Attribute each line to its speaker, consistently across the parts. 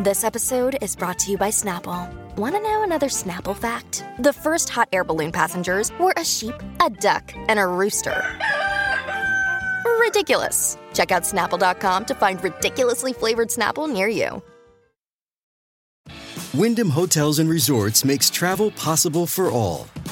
Speaker 1: This episode is brought to you by Snapple. Want to know another Snapple fact? The first hot air balloon passengers were a sheep, a duck, and a rooster. Ridiculous. Check out snapple.com to find ridiculously flavored Snapple near you.
Speaker 2: Wyndham Hotels and Resorts makes travel possible for all.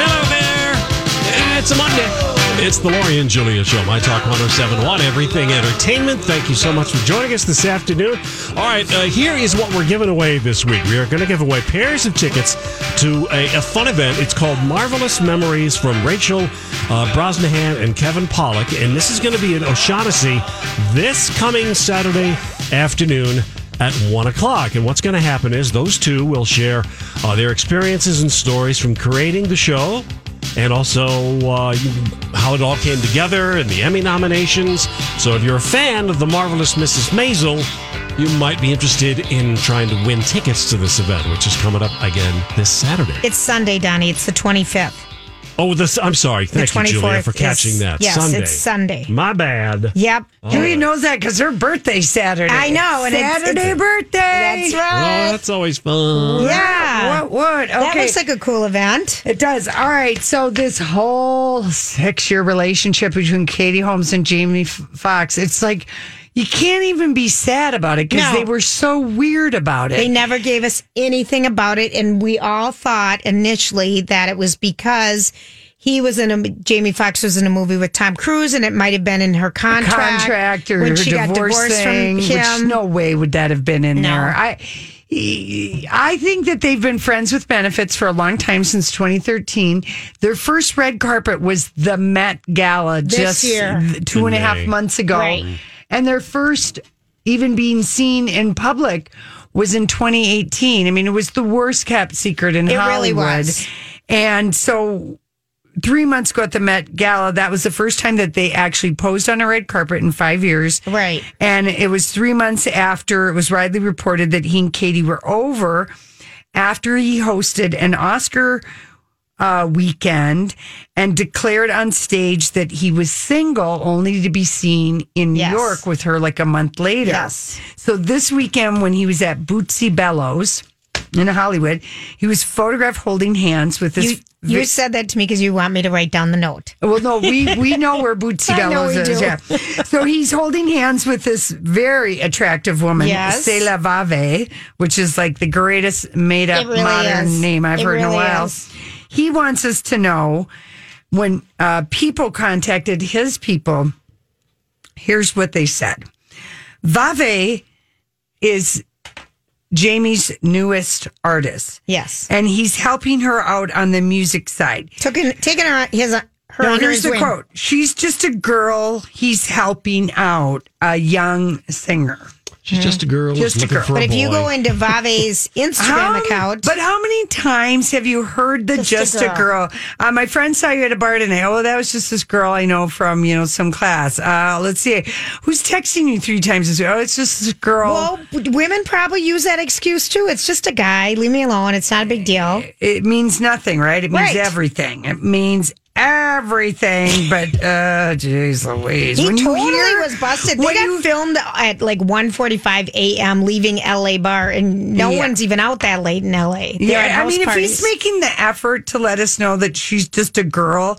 Speaker 3: Hello there. Uh, It's a Monday. It's the Laurie and Julia Show, My Talk 1071, Everything Entertainment. Thank you so much for joining us this afternoon. All right, uh, here is what we're giving away this week. We are going to give away pairs of tickets to a, a fun event. It's called Marvelous Memories from Rachel uh, Brosnahan and Kevin Pollock. And this is going to be in O'Shaughnessy this coming Saturday afternoon at 1 o'clock. And what's going to happen is those two will share uh, their experiences and stories from creating the show and also uh, you, how it all came together and the Emmy nominations. So if you're a fan of The Marvelous Mrs. Maisel, you might be interested in trying to win tickets to this event, which is coming up again this Saturday.
Speaker 4: It's Sunday, Donnie. It's the 25th.
Speaker 3: oh, this, I'm sorry. Thank you, Julia,
Speaker 4: 24th
Speaker 3: for catching
Speaker 4: is-
Speaker 3: that.
Speaker 4: yes,
Speaker 3: Sunday.
Speaker 4: it's Sunday.
Speaker 3: My bad.
Speaker 4: Yep.
Speaker 5: Julia knows that because her birthday's Saturday.
Speaker 4: Oh. I know, and it's-
Speaker 5: Saturday
Speaker 4: it's-
Speaker 5: birthday.
Speaker 4: That's
Speaker 3: Oh,
Speaker 4: right.
Speaker 3: that's always fun.
Speaker 4: yeah.
Speaker 5: What? What? Okay.
Speaker 4: That looks like a cool event.
Speaker 5: it does. All right. So this whole six-year relationship between Katie Holmes and Jamie F- Foxx, it's like you can't even be sad about it because
Speaker 4: No.
Speaker 5: they were so weird about it.
Speaker 4: They never gave us anything about it, and we all thought initially that it was because he was in a Jamie Foxx was in a movie with Tom Cruise, and it might have been in her contract,
Speaker 5: contract or
Speaker 4: when
Speaker 5: her
Speaker 4: she got
Speaker 5: divorce
Speaker 4: divorced
Speaker 5: thing,
Speaker 4: from him.
Speaker 5: Which no way would that have been in
Speaker 4: No.
Speaker 5: there. I I think that they've been friends with benefits for a long time since 2013. Their first red carpet was the Met Gala
Speaker 4: This
Speaker 5: just
Speaker 4: year.
Speaker 5: two and a
Speaker 3: In
Speaker 5: half
Speaker 3: May.
Speaker 5: months ago,
Speaker 4: Right.
Speaker 5: and their first even being seen in public was in 2018. I mean, it was the worst kept secret in
Speaker 4: It really
Speaker 5: Hollywood.
Speaker 4: was.
Speaker 5: And so three months ago at the Met Gala, that was the first time that they actually posed on a red carpet in five years.
Speaker 4: Right.
Speaker 5: And it was three months after it was widely reported that he and Katie were over after he hosted an Oscar uh, weekend and declared on stage that he was single only to be seen in New
Speaker 4: Yes.
Speaker 5: York with her like a month later.
Speaker 4: Yes.
Speaker 5: So this weekend when he was at Bootsy Bellows in Hollywood, he was photographed holding hands with this
Speaker 4: You, you said that to me because you want me to write down the note.
Speaker 5: well, no, we we know where Bootsy
Speaker 4: I know
Speaker 5: Bellows
Speaker 4: we
Speaker 5: is.
Speaker 4: do.
Speaker 5: Yeah. So he's holding hands with this very attractive woman,
Speaker 4: Yes.
Speaker 5: Cela Vave, which is like the greatest made up
Speaker 4: It really
Speaker 5: modern
Speaker 4: is.
Speaker 5: name I've
Speaker 4: It
Speaker 5: heard in a
Speaker 4: really
Speaker 5: while.
Speaker 4: is.
Speaker 5: He wants us to know when uh, people contacted his people. Here's what they said: Vave is Jamie's newest artist,
Speaker 4: Yes,
Speaker 5: and he's helping her out on the music side.
Speaker 4: took in, taken her his her
Speaker 5: Now,
Speaker 4: under
Speaker 5: here's
Speaker 4: his
Speaker 5: the
Speaker 4: wing.
Speaker 5: quote. She's just a girl. He's helping out a young singer.
Speaker 3: She's just a girl.
Speaker 5: Just a
Speaker 3: looking
Speaker 5: girl.
Speaker 3: For
Speaker 4: But
Speaker 3: a
Speaker 4: if you
Speaker 3: Oh, boy.
Speaker 4: go into Vave's Instagram
Speaker 5: How-
Speaker 4: account,
Speaker 5: But how many times have you heard the just, a girl? Uh, my friend saw you at a bar tonight. Oh, that was just this girl I know from you know some class. Uh, let's see, who's texting you three times this week? Oh, it's just this girl.
Speaker 4: Well, w- women probably use that excuse too. It's just a guy. Leave me alone. It's not a big deal.
Speaker 5: it means nothing, right? It means
Speaker 4: Right.
Speaker 5: everything. It means everything. But uh, jeez, Louise,
Speaker 4: He
Speaker 5: when you
Speaker 4: totally
Speaker 5: hear-
Speaker 4: was busted. They
Speaker 5: when
Speaker 4: got
Speaker 5: you-
Speaker 4: filmed at like 1.45 a.m. leaving L.A. bar, and no
Speaker 5: Yeah.
Speaker 4: one's even out that late in L.A. They're at
Speaker 5: Yeah, I
Speaker 4: house
Speaker 5: mean,
Speaker 4: parties.
Speaker 5: if he's making the effort to let us know that she's just a girl,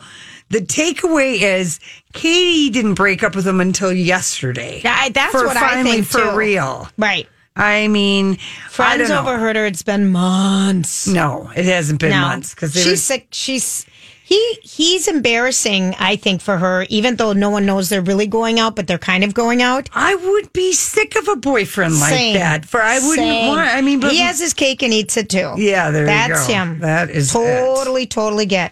Speaker 5: the takeaway is Katie didn't break up with him until yesterday.
Speaker 4: Yeah, I- that's
Speaker 5: for
Speaker 4: what I
Speaker 5: finally
Speaker 4: think,
Speaker 5: for
Speaker 4: too.
Speaker 5: real.
Speaker 4: right,
Speaker 5: I mean, I don't
Speaker 4: friends
Speaker 5: know.
Speaker 4: overheard her. It's been months.
Speaker 5: No, it hasn't been months because
Speaker 4: she's sick. She's he he's embarrassing. I think for her, even though no one knows they're really going out, but they're kind of going out.
Speaker 5: I would be sick of a boyfriend like
Speaker 4: Same.
Speaker 5: that. For I wouldn't
Speaker 4: Same.
Speaker 5: want. I mean, but
Speaker 4: he has his cake and eats it too.
Speaker 5: Yeah, there you
Speaker 4: That's
Speaker 5: go.
Speaker 4: him.
Speaker 5: That is it.
Speaker 4: totally, totally get.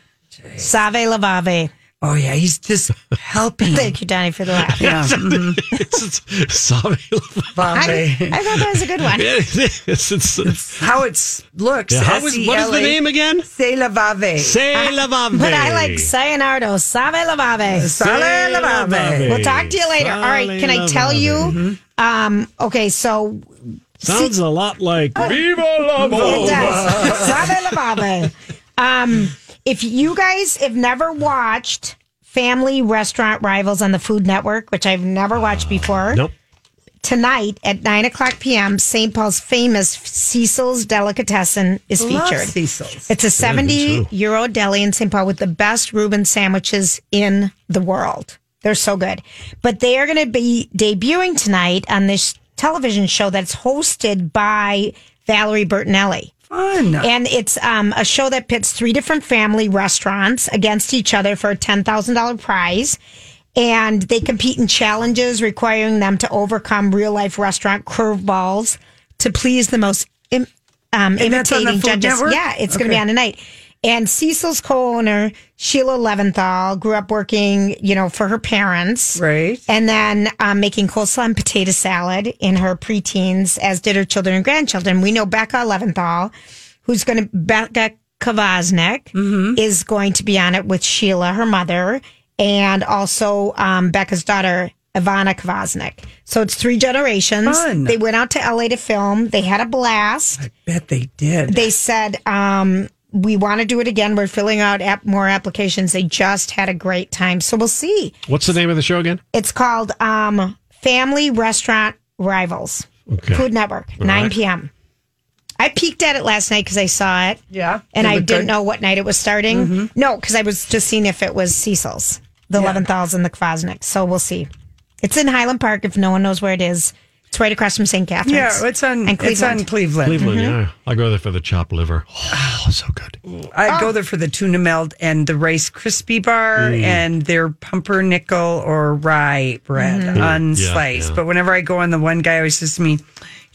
Speaker 4: Save lavave.
Speaker 5: Oh yeah, he's just helping.
Speaker 4: Thank you, Donnie, for the laugh.
Speaker 5: yeah, mhm.
Speaker 3: It's, it's Savvy
Speaker 4: I, I
Speaker 5: Bombay.
Speaker 4: thought that was a good one.
Speaker 3: It is. It's,
Speaker 5: How it looks. E
Speaker 3: yeah, how is, what is the
Speaker 5: S-E-L-A.
Speaker 3: name again?
Speaker 5: C'est la vave.
Speaker 3: Say Lavave.
Speaker 4: But I like Sayonardo, Save Lavave.
Speaker 5: C'est la vave.
Speaker 4: We'll talk to you later. All right, can I tell you? Um, okay, so
Speaker 3: Sounds a lot like Viva La
Speaker 5: Oh.
Speaker 4: It
Speaker 3: Mova.
Speaker 4: Oh. does. Sabe la babe. Um, if you guys have never watched Family Restaurant Rivals on the Food Network, which I've never watched before,
Speaker 3: Nope.
Speaker 4: tonight at 9 o'clock p.m., St. Paul's famous Cecil's Delicatessen is
Speaker 5: Love
Speaker 4: featured.
Speaker 5: Cecil's.
Speaker 4: It's a
Speaker 3: too.
Speaker 4: 70 euro deli in St. Paul with the best Reuben sandwiches in the world. They're so good. But they are going to be debuting tonight on this television show that's hosted by Valerie Bertinelli.
Speaker 5: Fun.
Speaker 4: And it's um, a show that pits three different family restaurants against each other for a $10,000 prize. And they compete in challenges requiring them to overcome real life restaurant curveballs to please the most Im- um,
Speaker 5: And that's on the
Speaker 4: imitating
Speaker 5: Food
Speaker 4: judges.
Speaker 5: Network?
Speaker 4: Yeah, it's going to be
Speaker 5: Okay.
Speaker 4: on tonight. And Cecil's co owner, Sheila Leventhal, grew up working, you know, for her parents.
Speaker 5: Right.
Speaker 4: And then um, making coleslaw and potato salad in her preteens, as did her children and grandchildren. We know Becca Leventhal, who's going to, Becca Kavaznik is going to be on it with Sheila, her mother, and also um, Becca's daughter, Ivana Kavaznik. So it's three generations.
Speaker 5: Fun.
Speaker 4: They went out to LA to film. They had a blast
Speaker 5: Bet they did.
Speaker 4: they said um, we want to do it again. We're filling out app- more applications. They just had a great time, so we'll see.
Speaker 3: What's the name of the show again?
Speaker 4: It's called um, Family Restaurant Rivals,
Speaker 3: Okay.
Speaker 4: Food Network, nine p.m. I peeked at it last night because I saw it.
Speaker 5: Yeah,
Speaker 4: and
Speaker 5: it
Speaker 4: I didn't
Speaker 5: looked good. Mm-hmm.
Speaker 4: know what night it was starting. No, because I was just seeing if it was Cecil's, the
Speaker 5: Yeah.
Speaker 4: Leventhals, and the Kvasniks. So we'll see. It's in Highland Park. If no one knows where it is, it's right across from St. Catherine's.
Speaker 5: yeah, it's on.
Speaker 4: and
Speaker 5: It's on Cleveland.
Speaker 3: Cleveland,
Speaker 4: Mm-hmm.
Speaker 3: yeah. I go there for the chopped liver. Oh, so good.
Speaker 5: I go there for the tuna melt and the rice crispy bar
Speaker 3: Mm.
Speaker 5: and their pumpernickel or rye bread
Speaker 4: Mm-hmm.
Speaker 5: unsliced.
Speaker 3: yeah.
Speaker 5: But whenever I go on, the one guy always says to me,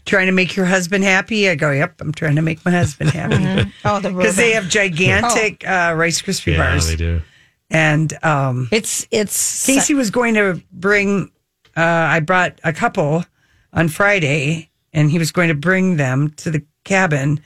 Speaker 5: "Trying to make your husband happy?" I go, "Yep, I'm trying to make my husband happy."
Speaker 4: Oh, the
Speaker 5: Because they uh,
Speaker 4: Reuben.
Speaker 5: have gigantic uh, rice crispy
Speaker 3: Yeah,
Speaker 5: bars,
Speaker 3: they do.
Speaker 5: and um,
Speaker 4: it's it's
Speaker 5: Casey was going to bring. Uh, I brought a couple on Friday, and he was going to bring them to the cabin,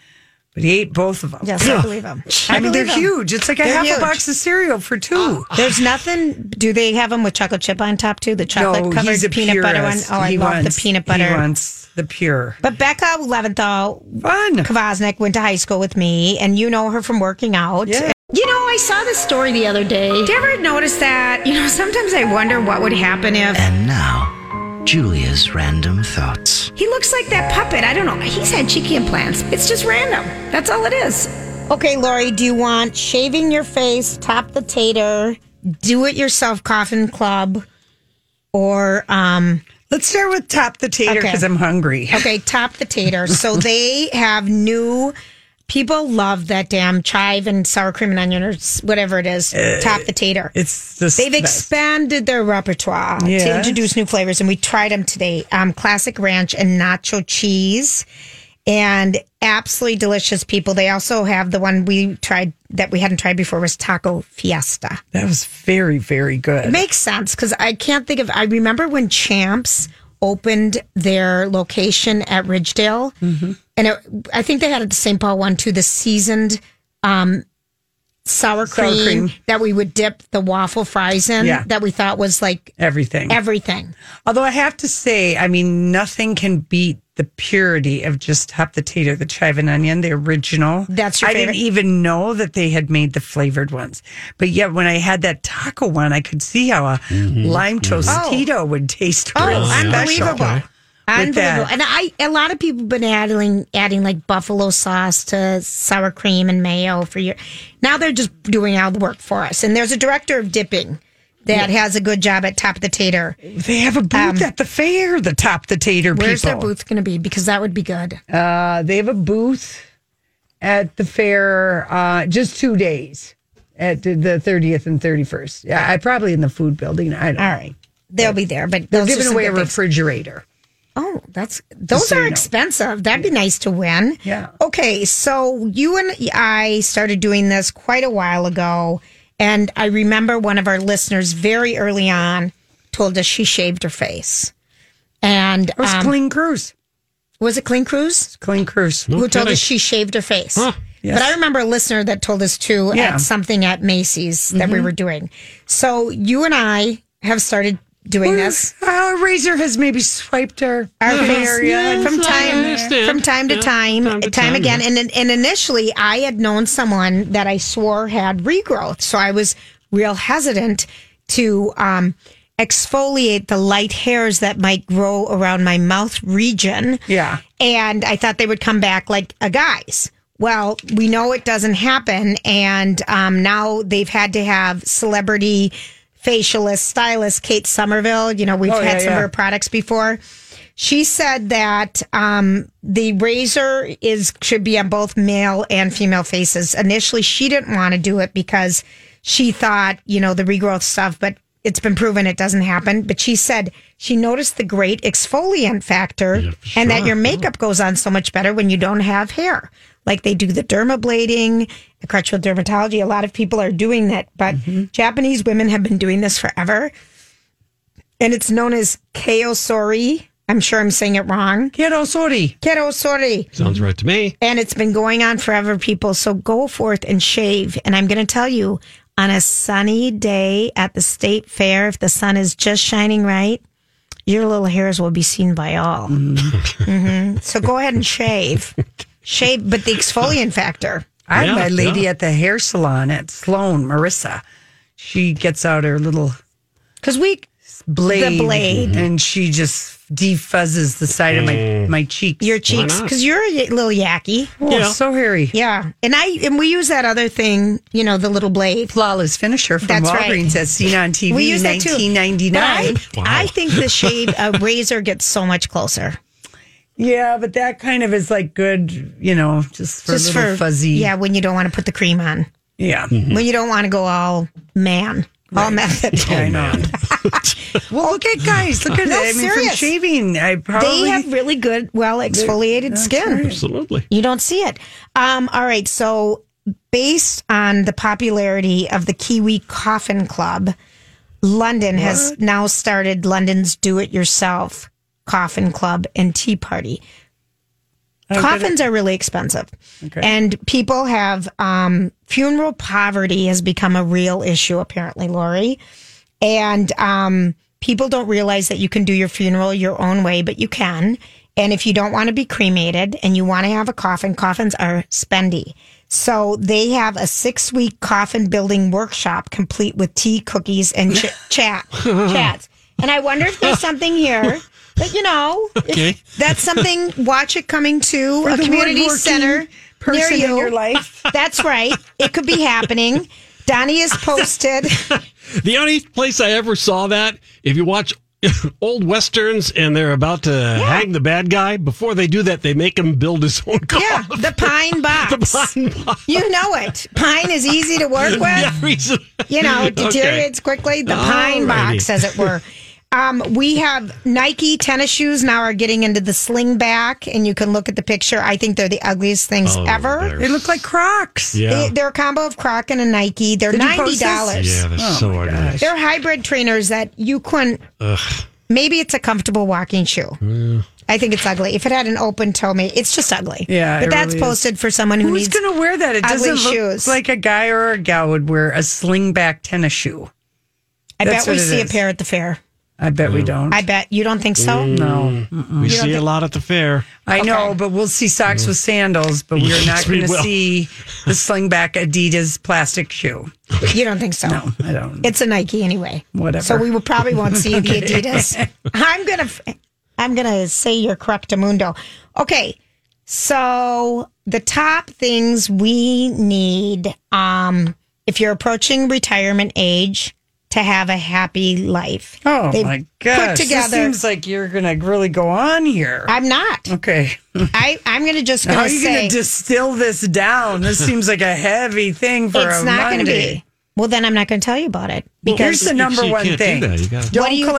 Speaker 5: but he ate both of them.
Speaker 4: Yes, I believe them. I,
Speaker 5: I mean, they're
Speaker 4: believe 'em.
Speaker 5: huge. It's like a
Speaker 4: They're Oh,
Speaker 5: half
Speaker 4: huge.
Speaker 5: a box of cereal for two.
Speaker 4: There's nothing. Do they have them with chocolate chip on top too? The chocolate covered
Speaker 5: he's a
Speaker 4: peanut butter one.
Speaker 5: purist.
Speaker 4: Oh, I
Speaker 5: He
Speaker 4: love
Speaker 5: wants-
Speaker 4: the peanut
Speaker 5: He
Speaker 4: butter.
Speaker 5: wants the pure.
Speaker 4: But Becca Leventhal
Speaker 5: Fun.
Speaker 4: Kvasnik went to high school with me, and you know her from working out.
Speaker 5: Yeah.
Speaker 4: You know, I saw this story the other day. Did you ever notice that? You know, sometimes I wonder what would happen if
Speaker 6: And now, Julia's random thoughts.
Speaker 4: he looks like that puppet. I don't know. He's had cheeky implants. It's just random. That's all it is. Okay, Lori, do you want shaving your face, top the tater, do it yourself coffin club, or um
Speaker 5: Let's start with top the tater
Speaker 4: Okay.
Speaker 5: because I'm hungry.
Speaker 4: okay, top the tater. So they have new people love that damn chive and sour cream and onion or s- whatever it is.
Speaker 5: Uh,
Speaker 4: top the tater.
Speaker 5: It's just
Speaker 4: They've expanded their repertoire to
Speaker 5: Yes.
Speaker 4: introduce new flavors, and we tried them today. Um, classic ranch and nacho cheese, and absolutely delicious. People. They also have the one we tried that we hadn't tried before was taco fiesta.
Speaker 5: that was very very good.
Speaker 4: Makes sense because I can't think of. I remember when Champs opened their location at Ridgedale, and it, I think they had it the St. Paul one too. The seasoned. Um, Sour cream,
Speaker 5: cream.
Speaker 4: that we would dip the waffle fries in
Speaker 5: Yeah.
Speaker 4: that we thought was like
Speaker 5: Everything.
Speaker 4: everything.
Speaker 5: Although I have to say, I mean, nothing can beat the purity of just top the tater, the chive and onion, the original.
Speaker 4: That's your
Speaker 5: I didn't
Speaker 4: favorite?
Speaker 5: even know that they had made the flavored ones. But yet, when I had that taco one, I could see how a lime tostito would taste.
Speaker 4: Oh,
Speaker 5: real special.
Speaker 4: unbelievable. Unbelievable.
Speaker 5: that.
Speaker 4: And I a lot of people have been adding adding like buffalo sauce to sour cream and mayo for your now they're just doing all the work for us. And there's a director of dipping that has a good job at Top of the Tater.
Speaker 5: They have a booth at the fair, the top the tater
Speaker 4: Um, Where's
Speaker 5: people.
Speaker 4: their booth gonna be? Because that would be good.
Speaker 5: Uh, they have a booth at the fair uh, just two days at the 30th and 31st. Yeah, I probably in the food building. I don't
Speaker 4: All right. They'll be there, but
Speaker 5: They're
Speaker 4: those are
Speaker 5: giving
Speaker 4: some
Speaker 5: away a
Speaker 4: good things.
Speaker 5: refrigerator.
Speaker 4: Oh, that's those
Speaker 5: so
Speaker 4: are
Speaker 5: you know.
Speaker 4: expensive. That'd be nice to win.
Speaker 5: Yeah.
Speaker 4: Okay, so you and I started doing this quite a while ago, And I remember one of our listeners very early on told us she shaved her face. And
Speaker 5: It was
Speaker 4: um,
Speaker 5: Clean Cruise.
Speaker 4: was it Clean Cruz?
Speaker 5: It's Clean Cruise.
Speaker 4: who told
Speaker 3: kidding.
Speaker 4: us she shaved her face.
Speaker 5: Yes.
Speaker 4: But I remember a listener that told us too
Speaker 5: Yeah.
Speaker 4: at something at Macy's that we were doing. So you and I have started doing this.
Speaker 5: Uh, Razor has maybe swiped our
Speaker 4: Our face
Speaker 5: area.
Speaker 4: from
Speaker 3: I
Speaker 4: time
Speaker 3: understand.
Speaker 4: from time to
Speaker 3: Yeah,
Speaker 4: time,
Speaker 3: time
Speaker 4: time,
Speaker 3: to time,
Speaker 4: again. And then- and initially, I had known someone that I swore had regrowth, so I was real hesitant to um, exfoliate the light hairs that might grow around my mouth region.
Speaker 5: Yeah.
Speaker 4: and I thought they would come back like a guy's. Well, we know it doesn't happen, and um, now they've had to have celebrity facialist stylist Kate Somerville. You know, we've
Speaker 5: Oh,
Speaker 4: had
Speaker 5: yeah,
Speaker 4: some of
Speaker 5: yeah.
Speaker 4: her products before. She said that um, the razor is should be on both male and female faces. Initially, she didn't want to do it because she thought, you know, the regrowth stuff, but it's been proven it doesn't happen. But she said she noticed the great exfoliant factor
Speaker 3: for
Speaker 4: and that
Speaker 3: sure.
Speaker 4: your makeup goes on so much better when you don't have hair. Like they do the dermablading, the crutchfield dermatology. A lot of people are doing that, but
Speaker 3: Mm-hmm.
Speaker 4: Japanese women have been doing this forever. And it's known as Keosori. I'm sure I'm saying it wrong.
Speaker 5: Kiddo Sori.
Speaker 4: Keosori.
Speaker 3: Sounds right to me.
Speaker 4: And it's been going on forever, people. So go forth and shave. And I'm going to tell you on a sunny day at the state fair, if the sun is just shining right, your little hairs will be seen by all.
Speaker 5: Mm-hmm.
Speaker 4: hmm So go ahead and shave. Shave, but the exfoliant factor.
Speaker 5: I
Speaker 3: Yeah,
Speaker 5: had my lady
Speaker 3: yeah.
Speaker 5: at the hair salon at Sloan, Marissa. She gets out her little
Speaker 4: Because we,
Speaker 5: blade,
Speaker 4: blade.
Speaker 5: and she just defuzzes the side of my
Speaker 3: Mm.
Speaker 5: my cheeks.
Speaker 4: your cheeks,
Speaker 3: not?
Speaker 4: because you're a y- little yacky.
Speaker 5: oh,
Speaker 3: Yeah.
Speaker 5: so hairy.
Speaker 4: Yeah. And I, and we use that other thing, you know, the little blade.
Speaker 5: Flawless finisher from
Speaker 4: That's right.
Speaker 5: Walgreens that's seen on TV
Speaker 4: we use
Speaker 5: in
Speaker 4: that too.
Speaker 5: 1999.
Speaker 4: But I, I think the shave a razor gets so much closer.
Speaker 5: Yeah, but that kind of is like good, you know, just for a little fuzzy.
Speaker 4: Yeah, when you don't want to put the cream on,
Speaker 5: Yeah.
Speaker 4: when you don't want to go all man, all method.
Speaker 3: Oh,
Speaker 5: I know. well, look at guys. Look at
Speaker 4: No,
Speaker 5: I mean, from
Speaker 4: serious.
Speaker 5: shaving, I probably
Speaker 4: They have really good, well exfoliated skin.
Speaker 3: Absolutely.
Speaker 4: You don't see it. Um, all right, so based on the popularity of the Kiwi Coffin Club, London has now started London's do-it-yourself coffin club and tea party. Coffins are really expensive, and people have um, funeral poverty has become a real issue. Apparently, Lori, and um, people don't realize that you can do your funeral your own way, but you can. And if you don't want to be cremated and you want to have a coffin, coffins are spendy. So they have a six week coffin building workshop complete with tea, cookies, and ch- chat chats. And I wonder if there's something here. But you know, if
Speaker 3: Okay.
Speaker 4: that's something. Watch it coming to a
Speaker 5: the
Speaker 4: community
Speaker 5: woodworking
Speaker 4: center near
Speaker 5: person in
Speaker 4: you.
Speaker 5: your life.
Speaker 4: That's right. It could be happening. Donnie has posted.
Speaker 3: The only place I ever saw that, if you watch old westerns and they're about to hang the bad guy, before they do that, they make him build his own car.
Speaker 4: Yeah, the pine box. You know it. Pine is easy to work with. You know, it deteriorates quickly. The pine box,
Speaker 3: Alrighty.
Speaker 4: as it were. Um, we have Nike tennis shoes now are getting into the sling back, and you can look at the picture. I think they're the ugliest things
Speaker 5: Oh,
Speaker 4: ever.
Speaker 5: They look like Crocs.
Speaker 3: Yeah.
Speaker 4: They, they're a combo of Croc and a Nike. They're
Speaker 5: Did you
Speaker 4: ninety
Speaker 5: post this?
Speaker 4: dollars.
Speaker 3: yeah, they're so ordinary.
Speaker 4: They're hybrid trainers that you couldn't. Maybe it's a comfortable walking shoe. I think it's ugly. If it had an open toe, maybe it's just ugly.
Speaker 5: Yeah,
Speaker 4: but
Speaker 5: it
Speaker 4: that's
Speaker 5: really is.
Speaker 4: posted for someone who
Speaker 5: Who's
Speaker 4: needs.
Speaker 5: going to wear that? It
Speaker 4: ugly
Speaker 5: doesn't look
Speaker 4: shoes.
Speaker 5: like a guy or a gal would wear a slingback tennis shoe.
Speaker 4: I
Speaker 5: That's
Speaker 4: bet we
Speaker 5: what it
Speaker 4: see
Speaker 5: is.
Speaker 4: a pair at the fair.
Speaker 5: I bet
Speaker 3: Mm.
Speaker 5: we don't.
Speaker 4: I bet you don't think so.
Speaker 5: Mm, no.
Speaker 3: We see a lot at the fair.
Speaker 5: I know, but we'll see socks with sandals, but we're
Speaker 3: Mm. Yes,
Speaker 5: not
Speaker 3: we
Speaker 5: going to
Speaker 3: will.
Speaker 5: see the slingback Adidas plastic shoe.
Speaker 4: You don't think so.
Speaker 5: No, I don't.
Speaker 4: It's a Nike anyway.
Speaker 5: Whatever.
Speaker 4: So we will probably won't see the Adidas. I'm gonna, f- I'm gonna say you're correct, Amundo. Okay, so the top things we need, um, if you're approaching retirement age, to have a happy life.
Speaker 5: oh
Speaker 4: They've
Speaker 5: my gosh.
Speaker 4: Put
Speaker 5: This
Speaker 4: together.
Speaker 5: seems like you're going to really go on here.
Speaker 4: I'm not.
Speaker 5: okay.
Speaker 4: I I'm gonna just
Speaker 5: How
Speaker 4: gonna
Speaker 5: are you
Speaker 4: say
Speaker 5: going to distill this down? This seems like a heavy thing for
Speaker 4: it's
Speaker 5: a
Speaker 4: not gonna
Speaker 5: Monday.
Speaker 4: be. Well, then I'm not gonna tell you about it
Speaker 5: Here's
Speaker 4: because
Speaker 5: the number
Speaker 3: you
Speaker 5: one
Speaker 3: can't do
Speaker 5: thing.
Speaker 3: that. You gotta-
Speaker 5: Don't
Speaker 4: do you-
Speaker 5: collect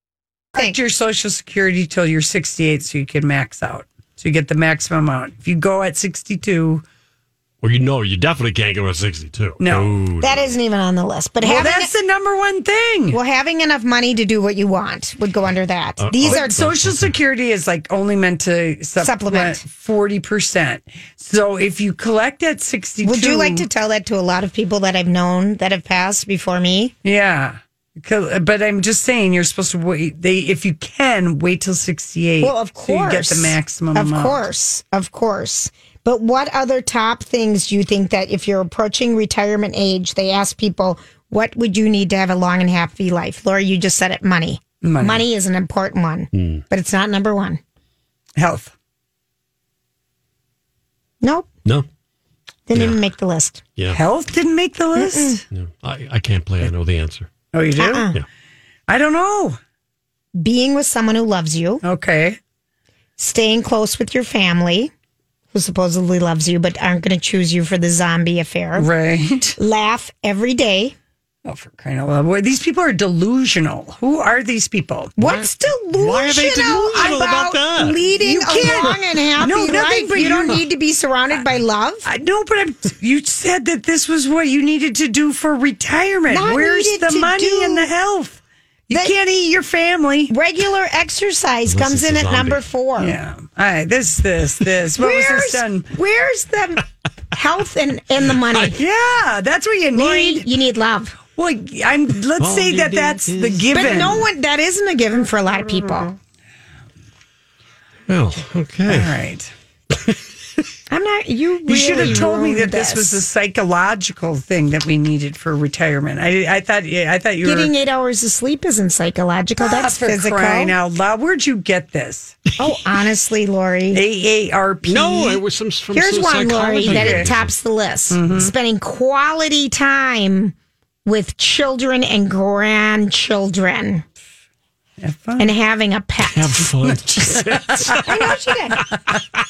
Speaker 5: Collect your social security till you're 68 so you can max out. So you get the maximum amount. If you go at 62,
Speaker 3: Well, you know, you definitely can't go to 62.
Speaker 5: No.
Speaker 4: That isn't even on the list. But
Speaker 5: well,
Speaker 4: having
Speaker 5: that's the number one thing.
Speaker 4: well, having enough money to do what you want would go under that.
Speaker 5: Uh,
Speaker 4: These
Speaker 5: oh,
Speaker 4: are
Speaker 5: Social Security is like only meant to supplement
Speaker 4: Supplement.
Speaker 5: forty percent. So if you collect at sixty-two,
Speaker 4: Would you like to tell that to a lot of people that I've known that have passed before me?
Speaker 5: Yeah, 'Cause- uh, but I'm just saying you're supposed to wait. They, if you can, wait till sixty-eight.
Speaker 4: Well, of
Speaker 5: so you
Speaker 4: course.
Speaker 5: get the maximum.
Speaker 4: Of
Speaker 5: amount.
Speaker 4: course. Of course. But what other top things do you think that if you're approaching retirement age, they ask people, what would you need to have a long and happy life? Laura, you just said it money. Money, is an important one,
Speaker 5: Hmm.
Speaker 4: but it's not number one.
Speaker 5: health.
Speaker 4: Nope.
Speaker 3: No.
Speaker 4: Didn't
Speaker 3: Yeah.
Speaker 4: even make the list.
Speaker 3: Yeah.
Speaker 5: Health didn't make the list.
Speaker 3: No. I, I can't play. I know the answer.
Speaker 5: Oh, you do?
Speaker 4: Uh-uh.
Speaker 3: Yeah.
Speaker 5: I don't know.
Speaker 4: Being with someone who loves you.
Speaker 5: Okay.
Speaker 4: staying close with your family, who supposedly loves you but aren't going to choose you for the zombie affair.
Speaker 5: Right.
Speaker 4: Laugh every day.
Speaker 5: Oh, for crying out loud. Boy, these people are delusional. Who are these people?
Speaker 4: What's delusional,
Speaker 3: why are they delusional about that?
Speaker 4: leading a
Speaker 5: can't-
Speaker 4: long and happy
Speaker 5: No, nothing
Speaker 4: life?
Speaker 5: but
Speaker 4: you don't
Speaker 5: you-
Speaker 4: need to be surrounded by love.
Speaker 5: I know, but I'm, you said that this was what you needed to do for retirement.
Speaker 4: Not
Speaker 5: Where's
Speaker 4: needed
Speaker 5: the
Speaker 4: to
Speaker 5: money
Speaker 4: do-
Speaker 5: and the health? You
Speaker 4: That-
Speaker 5: can't eat your family.
Speaker 4: Regular exercise
Speaker 3: Unless
Speaker 4: comes
Speaker 3: it's
Speaker 4: in
Speaker 3: a
Speaker 4: at
Speaker 3: zombie.
Speaker 4: number four.
Speaker 5: Yeah. All right. This, this, this. What was
Speaker 4: Where's,
Speaker 5: this done?
Speaker 4: where's the health and, and the money?
Speaker 5: Yeah, that's what you
Speaker 4: Lori,
Speaker 5: need.
Speaker 4: you need love.
Speaker 5: Well, I'm. Let's
Speaker 3: All
Speaker 5: say
Speaker 3: you
Speaker 5: that
Speaker 3: need
Speaker 5: that's the
Speaker 3: is-
Speaker 5: given. Mm-hmm.
Speaker 4: But no one, that isn't a given for a lot of people.
Speaker 3: Well, okay.
Speaker 5: All right.
Speaker 4: I'm not, you
Speaker 5: You should
Speaker 4: really
Speaker 5: have told me that
Speaker 4: ruined
Speaker 5: this was a psychological thing that we needed for retirement. I, I thought. Yeah, I thought you
Speaker 4: Getting
Speaker 5: were.
Speaker 4: eight hours of sleep isn't psychological.
Speaker 5: Ah,
Speaker 4: That's
Speaker 5: for
Speaker 4: physical.
Speaker 5: crying out loud. Where'd you get this?
Speaker 4: Oh, honestly, Lori.
Speaker 5: AARP.
Speaker 3: No, it was some. from
Speaker 4: Here's
Speaker 3: some
Speaker 4: one, Lori,
Speaker 3: psychology
Speaker 4: that
Speaker 3: guy.
Speaker 4: it tops the list.
Speaker 5: Mm-hmm.
Speaker 4: Spending quality time with children and grandchildren
Speaker 5: Have fun.
Speaker 4: and having a pet.
Speaker 3: Have fun.
Speaker 4: I know she did.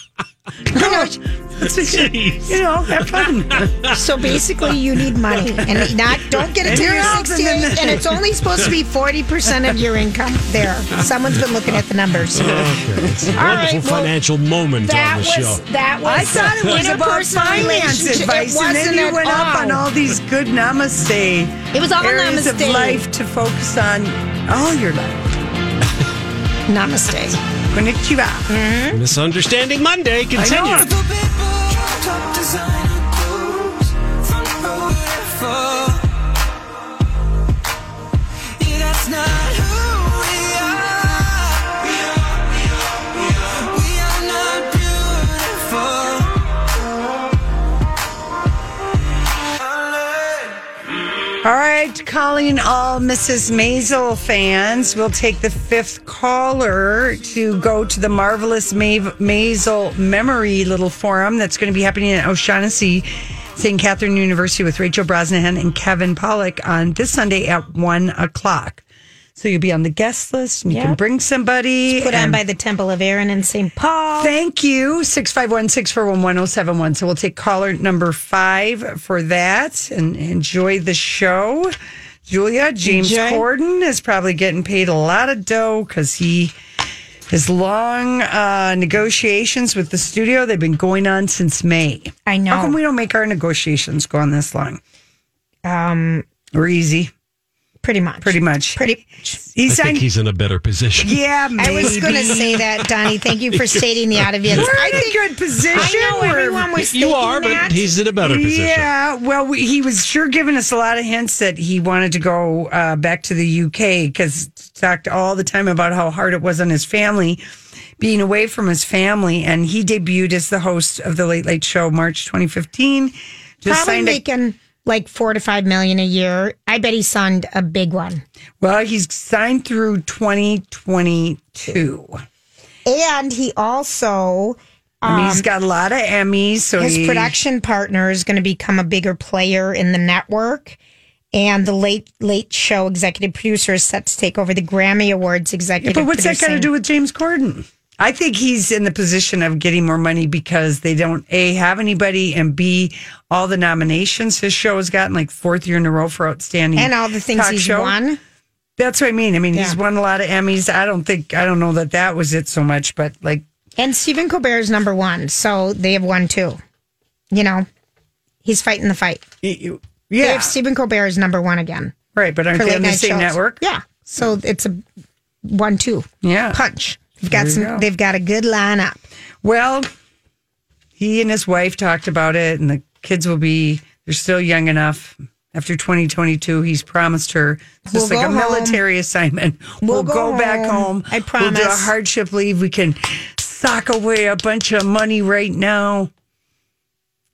Speaker 4: I
Speaker 3: Jeez.
Speaker 5: you know, have fun.
Speaker 4: know. So basically, you need money and not don't get it
Speaker 5: And
Speaker 4: till
Speaker 5: your
Speaker 4: you're
Speaker 5: health and
Speaker 4: 68,
Speaker 5: then-
Speaker 4: and it's only supposed to be 40% of your income. There. Someone's been looking at the numbers.
Speaker 3: Wonderful
Speaker 4: All right, well,
Speaker 3: financial moment
Speaker 4: That
Speaker 3: on the
Speaker 4: was
Speaker 3: show.
Speaker 4: that was.
Speaker 5: I thought it was about
Speaker 4: interpersonal
Speaker 5: finance
Speaker 4: relationship.
Speaker 5: advice,
Speaker 4: It
Speaker 5: and then
Speaker 4: wasn't
Speaker 5: you
Speaker 4: at
Speaker 5: went up on all these good namaste
Speaker 4: It was all
Speaker 5: areas
Speaker 4: namaste.
Speaker 5: of life to focus on all your life.
Speaker 4: Namaste.
Speaker 5: Konnichiwa.
Speaker 4: mm.
Speaker 3: Misunderstanding Monday
Speaker 5: I
Speaker 3: continues.
Speaker 5: know. All right, calling all Mrs. Maisel fans. We'll take the fifth caller to go to the marvelous Mav- Maisel Memory little forum that's going to be happening at O'Shaughnessy, St. Catherine University with Rachel Brosnahan and Kevin Pollock on this Sunday at one o'clock. So you'll be on the guest list, and you can
Speaker 4: Yep.
Speaker 5: bring somebody.
Speaker 4: Put on
Speaker 5: and-
Speaker 4: by the Temple of Aaron in St. Paul.
Speaker 5: Thank you. 651 641 1071. So we'll take caller number five for that and enjoy the show. Julia, James
Speaker 4: Enjoy.
Speaker 5: Corden is probably getting paid a lot of dough because he. His long uh, negotiations with the studio, they've been going on since May.
Speaker 4: I
Speaker 5: How come
Speaker 4: know.
Speaker 5: we don't make our negotiations go on this long? Um, We're easy.
Speaker 4: Pretty much.
Speaker 5: pretty much.
Speaker 4: Pretty.
Speaker 5: He
Speaker 3: I think
Speaker 5: signed.
Speaker 3: he's in a better position.
Speaker 5: yeah,
Speaker 4: I was
Speaker 5: maybe.
Speaker 4: going to say that, Donnie. Thank you for stating the obvious.
Speaker 5: We're
Speaker 4: I
Speaker 5: in a
Speaker 4: think
Speaker 5: good position.
Speaker 4: I know
Speaker 5: We're-
Speaker 4: everyone was
Speaker 3: You
Speaker 4: thinking
Speaker 3: are, but
Speaker 4: that.
Speaker 3: he's in a better position.
Speaker 5: Yeah, well, we, he was sure giving us a lot of hints that he wanted to go uh, back to the UK because talked all the time about how hard it was on his family being away from his family, and he debuted as the host of the Late Late Show March 2015. Just
Speaker 4: probably
Speaker 5: signed a-
Speaker 4: making like four to five million a year. I bet he signed a big one.
Speaker 5: well, he's signed through 2022.
Speaker 4: And he also,
Speaker 5: I mean, he's got a lot of Emmys, so
Speaker 4: Um, his
Speaker 5: he,
Speaker 4: production partner is going to become a bigger player in the network. And the Late Late Show executive producer is set to take over the Grammy Awards executive.
Speaker 5: But what's that got to
Speaker 4: producing.
Speaker 5: do with James Corden? I think he's in the position of getting more money because they don't a have anybody and b all the nominations his show has gotten like fourth year in a row for outstanding
Speaker 4: And all the things
Speaker 5: talk
Speaker 4: he's
Speaker 5: show.
Speaker 4: won.
Speaker 5: That's what I mean. I mean he's
Speaker 4: Yeah.
Speaker 5: won a lot of Emmys. I don't think I don't know that that was it so much, but like
Speaker 4: And Stephen Colbert is number one, so they have won two. You know, he's fighting the fight.
Speaker 5: y- y-
Speaker 4: They
Speaker 5: yeah,
Speaker 4: have Stephen Colbert is number one again
Speaker 5: right. But aren't
Speaker 4: for
Speaker 5: they
Speaker 4: late
Speaker 5: on the
Speaker 4: night
Speaker 5: same
Speaker 4: shows.
Speaker 5: network?
Speaker 4: Yeah, so it's a one-two
Speaker 5: Yeah.
Speaker 4: punch. They've got
Speaker 5: There you
Speaker 4: some.
Speaker 5: go.
Speaker 4: They've got a good lineup.
Speaker 5: Well, he and his wife talked about it, and the kids will be, they're still young enough. After 2022, he's promised her it's just
Speaker 4: We'll
Speaker 5: like a
Speaker 4: go home.
Speaker 5: military assignment. We'll,
Speaker 4: We'll
Speaker 5: go,
Speaker 4: go
Speaker 5: back
Speaker 4: home.
Speaker 5: home.
Speaker 4: I
Speaker 5: We'll do a
Speaker 4: promise.
Speaker 5: hardship leave. We can sock away a bunch of money right now.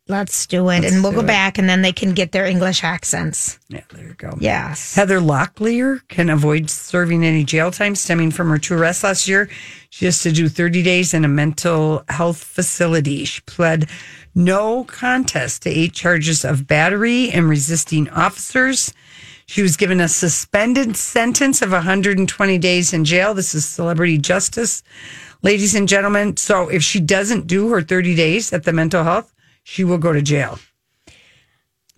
Speaker 4: Let's do it, and we'll go back, and then they can get their English accents.
Speaker 5: Yeah, there you go.
Speaker 4: Yes.
Speaker 5: Heather Locklear can avoid serving any jail time stemming from her true arrest last year. She has to do 30 days in a mental health facility. She pled no contest to eight charges of battery and resisting officers. She was given a suspended sentence of 120 days in jail. This is celebrity justice, ladies and gentlemen. So if she doesn't do her 30 days at the mental health, she will go to jail.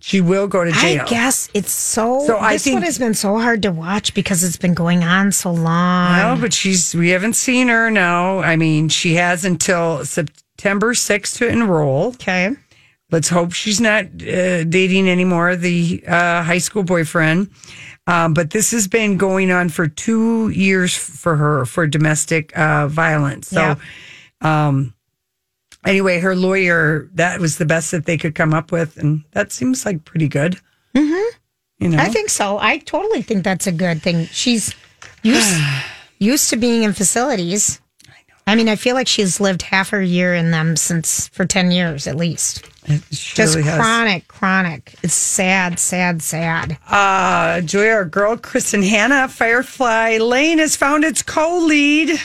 Speaker 5: She will go to jail.
Speaker 4: I guess it's so.
Speaker 5: So I
Speaker 4: this
Speaker 5: think-
Speaker 4: one has been so hard to watch because it's been going on so long.
Speaker 5: No, but she's we haven't seen her. No, I mean she has until September 6th to enroll.
Speaker 4: Okay.
Speaker 5: Let's hope she's not uh, dating anymore the uh, high school boyfriend. Um, but this has been going on for two years for her for domestic uh, violence. So,
Speaker 4: Yeah.
Speaker 5: um, anyway, her lawyer that was the best that they could come up with, and that seems like pretty good. Mm-hmm. You know,
Speaker 4: I think so. I totally think that's a good thing. She's used used to being in facilities. I mean, I feel like she's lived half her year in them since for ten years at least.
Speaker 5: She
Speaker 4: Just
Speaker 5: really has.
Speaker 4: chronic, chronic. It's sad, sad, sad.
Speaker 5: Uh, Joy, our girl, Kristen Hanna, Firefly Lane has found its co-lead.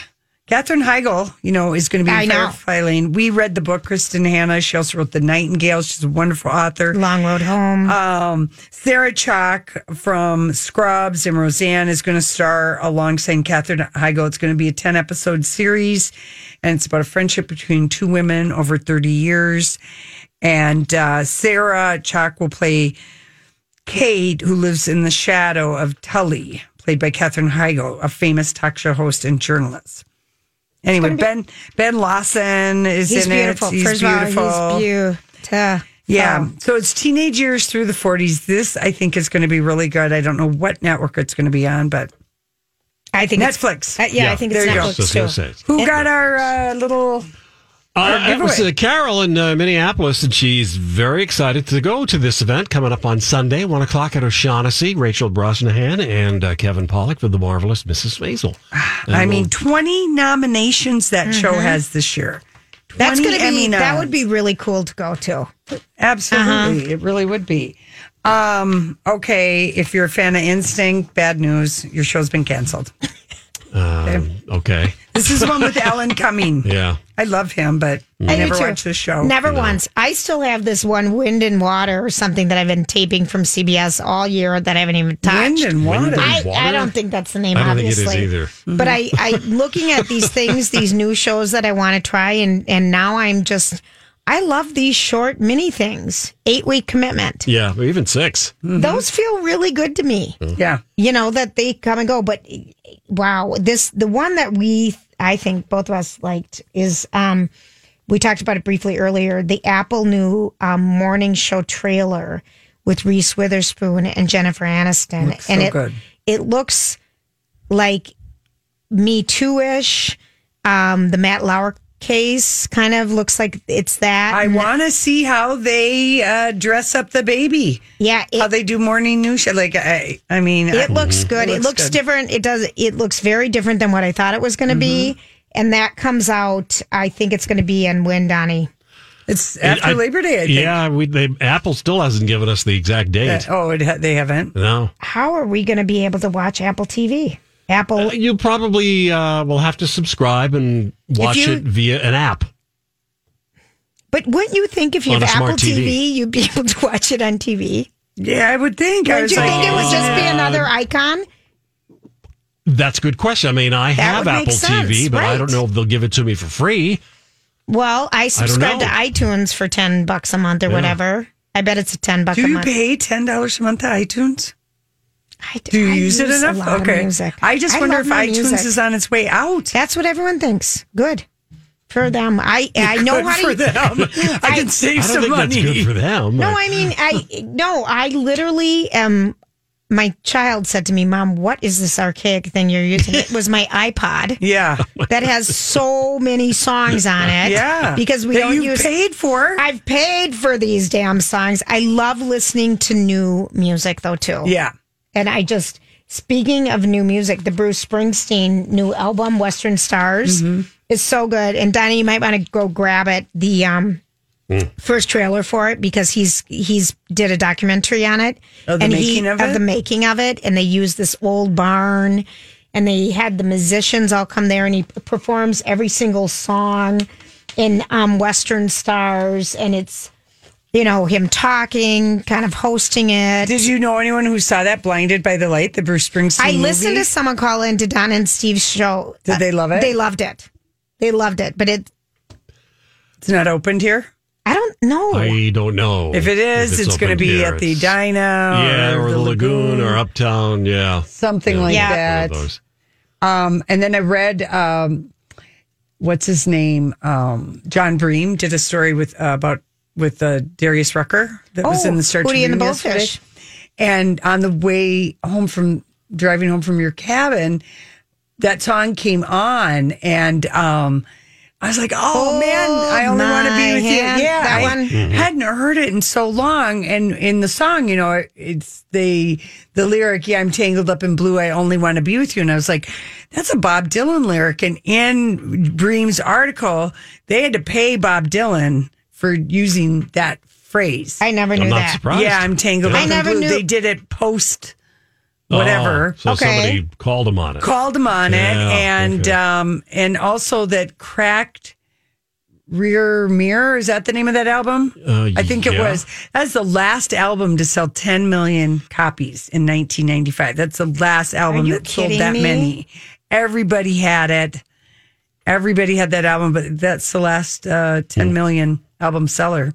Speaker 5: Katherine Heigl, you know, is going to be
Speaker 4: I
Speaker 5: in
Speaker 4: know.
Speaker 5: Firefly Lane. We read the book, Kristen Hanna. She also wrote The Nightingale. She's a wonderful author.
Speaker 4: Long road home.
Speaker 5: Ah, Sarah Chalk from Scrubs and Roseanne is going to star alongside Katherine Heigl. It's going to be a 10 episode series, and it's about a friendship between two women over 30 years. And uh, Sarah Chalk will play Kate, who lives in the shadow of Tully, played by Katherine Heigl, a famous talk show host and journalist. Anyway, Ben Ben Lawson is
Speaker 4: he's
Speaker 5: in
Speaker 4: beautiful.
Speaker 5: it. He's
Speaker 4: First
Speaker 5: beautiful.
Speaker 4: of all, he's beautiful.
Speaker 5: Yeah. Um, So it's teenage years through the 40s. This, I think, is going to be really good. I don't know what network it's going to be on, but
Speaker 4: I think it's-
Speaker 5: Netflix.
Speaker 4: uh, yeah, I think it's
Speaker 5: There you go.
Speaker 4: Netflix
Speaker 3: That's what I was
Speaker 4: too.
Speaker 3: gonna say.
Speaker 5: Who got our uh, little.
Speaker 3: Uh,
Speaker 5: Our
Speaker 3: it was
Speaker 5: giveaway.
Speaker 3: uh, Carol in uh, Minneapolis, and she's very excited to go to this event coming up on Sunday, 1 o'clock at O'Shaughnessy. Rachel Brosnahan and uh, Kevin Pollock for the marvelous Mrs. Maisel.
Speaker 5: I mean, 20 nominations that show
Speaker 4: Mm-hmm.
Speaker 5: has this year.
Speaker 4: That's
Speaker 5: 20
Speaker 4: gonna be
Speaker 5: Emmy
Speaker 4: that
Speaker 5: nods.
Speaker 4: would be really cool to go to.
Speaker 5: Absolutely.
Speaker 4: Uh-huh.
Speaker 5: It really would be. Um, okay. If you're a fan of Instinct, bad news. Your show's been canceled.
Speaker 3: Um, okay.
Speaker 5: This is one with Alan Cumming.
Speaker 3: Yeah.
Speaker 5: I love him, but I
Speaker 4: Mm-hmm. do
Speaker 5: never
Speaker 4: too.
Speaker 5: watched this show.
Speaker 4: Never once. I still have this one wind and water or something that I've been taping from CBS all year that I haven't even touched.
Speaker 5: Wind and water.
Speaker 4: I,
Speaker 3: Water?
Speaker 4: I don't think that's the name.
Speaker 3: I don't think it
Speaker 4: obviously,
Speaker 3: is either.
Speaker 4: But I, I looking at these things, these new shows that I want to try, and and now I'm just, I love these short mini things. Eight week commitment.
Speaker 3: Yeah, or even six.
Speaker 5: Mm.
Speaker 4: Those feel Mm-hmm. really good to me.
Speaker 5: yeah.
Speaker 4: You know that they come and go. But wow, this the one that we I think both of us liked is um we talked about it briefly earlier. The Apple new um, morning show trailer with Reese Witherspoon and Jennifer Aniston,
Speaker 5: Looks so
Speaker 4: and it
Speaker 5: good.
Speaker 4: it looks like Me Too ish. Um, the Matt Lauer case kind of looks like it's that.
Speaker 5: I want to see how they uh, dress up the baby.
Speaker 4: yeah,
Speaker 5: how
Speaker 4: it,
Speaker 5: they do morning news. show. Like I, I mean, I-
Speaker 4: it looks good. It looks,
Speaker 5: good.
Speaker 4: different. It does. It looks very different than what I thought it was going to be.
Speaker 5: Mm-hmm.
Speaker 4: And that comes out. I think it's going to be in when Donnie.
Speaker 5: It's after
Speaker 3: I-
Speaker 5: Labor Day. I think.
Speaker 3: Yeah, we, they, Apple still hasn't given us the exact
Speaker 5: Uh,
Speaker 3: date.
Speaker 5: oh, it ha- they haven't.
Speaker 3: no.
Speaker 4: How are we going to be able to watch Apple TV? Apple.
Speaker 3: You probably uh, will have to subscribe and watch
Speaker 5: you-
Speaker 3: it via an app.
Speaker 4: But wouldn't you think if you
Speaker 3: On
Speaker 4: have
Speaker 3: a smart
Speaker 4: Apple TV,
Speaker 3: TV.
Speaker 4: you'd be able to watch it on TV?
Speaker 5: Yeah, I would think. I
Speaker 4: Don't
Speaker 5: was
Speaker 4: you
Speaker 5: like,
Speaker 4: think it would just be another icon?
Speaker 3: That's a good question. I mean, I have
Speaker 4: would make
Speaker 3: Apple
Speaker 4: sense,
Speaker 3: TV, but I
Speaker 4: right.
Speaker 3: don't know if they'll give it to me for free.
Speaker 4: Well, I subscribe
Speaker 3: know.
Speaker 4: to iTunes for ten bucks a month or whatever. I bet it's a ten bucks
Speaker 5: do
Speaker 4: a
Speaker 5: you
Speaker 4: month.
Speaker 5: pay ten dollars a month to iTunes?
Speaker 4: I,
Speaker 5: Do you
Speaker 4: I
Speaker 5: use it
Speaker 4: a
Speaker 5: enough?
Speaker 4: lot of
Speaker 5: okay.
Speaker 4: music.
Speaker 5: I just wonder
Speaker 4: love
Speaker 5: if
Speaker 4: my
Speaker 5: iTunes
Speaker 4: music.
Speaker 5: is on its way out.
Speaker 4: That's what everyone thinks. Good for them. I I know
Speaker 5: Good
Speaker 4: how to.
Speaker 5: for them. I can save
Speaker 3: I don't
Speaker 5: some
Speaker 3: think
Speaker 5: money.
Speaker 3: that's good for them.
Speaker 4: No, I mean I no. I literally am. My child said to me, "Mom, what is this archaic thing you're using?" It was my iPod.
Speaker 5: Yeah,
Speaker 4: that has so many songs on it.
Speaker 5: yeah.
Speaker 4: Because we
Speaker 5: that
Speaker 4: don't
Speaker 5: you
Speaker 4: use
Speaker 5: paid for.
Speaker 4: I've paid for these damn songs. I love listening to new music though too.
Speaker 5: yeah,
Speaker 4: And I just speaking of new music, the Bruce Springsteen new album, Western Stars,
Speaker 5: Mm-hmm.
Speaker 4: is so good. And Donnie, you might want to go grab it. The um First trailer for it because he's he's did a documentary on it
Speaker 5: Of the making of it?
Speaker 4: the making of it, and they used this old barn, and they had the musicians all come there, and he performs every single song in um, Western Stars, and it's you know him talking, kind of hosting it.
Speaker 5: Did you know anyone who saw that blinded by the light? The Bruce Springsteen.
Speaker 4: I listened
Speaker 5: movie?
Speaker 4: to someone call in to Don and Steve's show.
Speaker 5: Did they love it?
Speaker 4: They loved it. They loved it. But it,
Speaker 5: It's not opened here.
Speaker 4: I don't know.
Speaker 3: I don't know.
Speaker 5: If it is, it's, going to
Speaker 3: open
Speaker 5: be
Speaker 3: here.
Speaker 5: at the
Speaker 3: It's-
Speaker 5: Dino.
Speaker 3: Yeah, or the Lagoon or Uptown. Yeah.
Speaker 5: something like
Speaker 4: Yeah.
Speaker 3: One of
Speaker 5: that.
Speaker 3: those.
Speaker 5: Um, and then I read, um, what's his name? Um, John Bream did a story with uh, about with uh, Darius Rucker that was
Speaker 4: Oh,
Speaker 5: in the search
Speaker 4: Hootie and the
Speaker 5: Room
Speaker 4: Blowfish.
Speaker 5: yesterday. And on the way home from driving home from your cabin, that song came on, and um, I was like, "Oh,
Speaker 4: Oh,
Speaker 5: man, I only want to
Speaker 4: my
Speaker 5: be with
Speaker 4: hand.
Speaker 5: you." Yeah,
Speaker 4: That
Speaker 5: I
Speaker 4: one.
Speaker 5: hadn't heard it in so long. And in the song, you know, it's the the lyric, "Yeah, I'm tangled up in blue. I only want to be with you." And I was like, "That's a Bob Dylan lyric." And in Bream's article, they had to pay Bob Dylan for using that phrase.
Speaker 4: I never knew
Speaker 3: I'm not
Speaker 4: that.
Speaker 3: surprised.
Speaker 5: Yeah, I'm tangled
Speaker 4: Yeah.
Speaker 5: up
Speaker 4: I never
Speaker 5: in blue.
Speaker 4: knew-
Speaker 5: They did it post whatever.
Speaker 3: Oh, so
Speaker 4: Okay.
Speaker 3: somebody called him on it.
Speaker 5: called him on
Speaker 3: Yeah,
Speaker 5: it and
Speaker 3: okay.
Speaker 5: um and also that cracked rear mirror is that the name of that album
Speaker 3: Uh,
Speaker 5: i think it
Speaker 3: yeah.
Speaker 5: was that's the last album to sell 10 million copies in 1995 that's the last album
Speaker 4: you
Speaker 5: that sold
Speaker 4: kidding
Speaker 5: that
Speaker 4: me?
Speaker 5: many everybody had it everybody had that album but that's the last uh 10 million album seller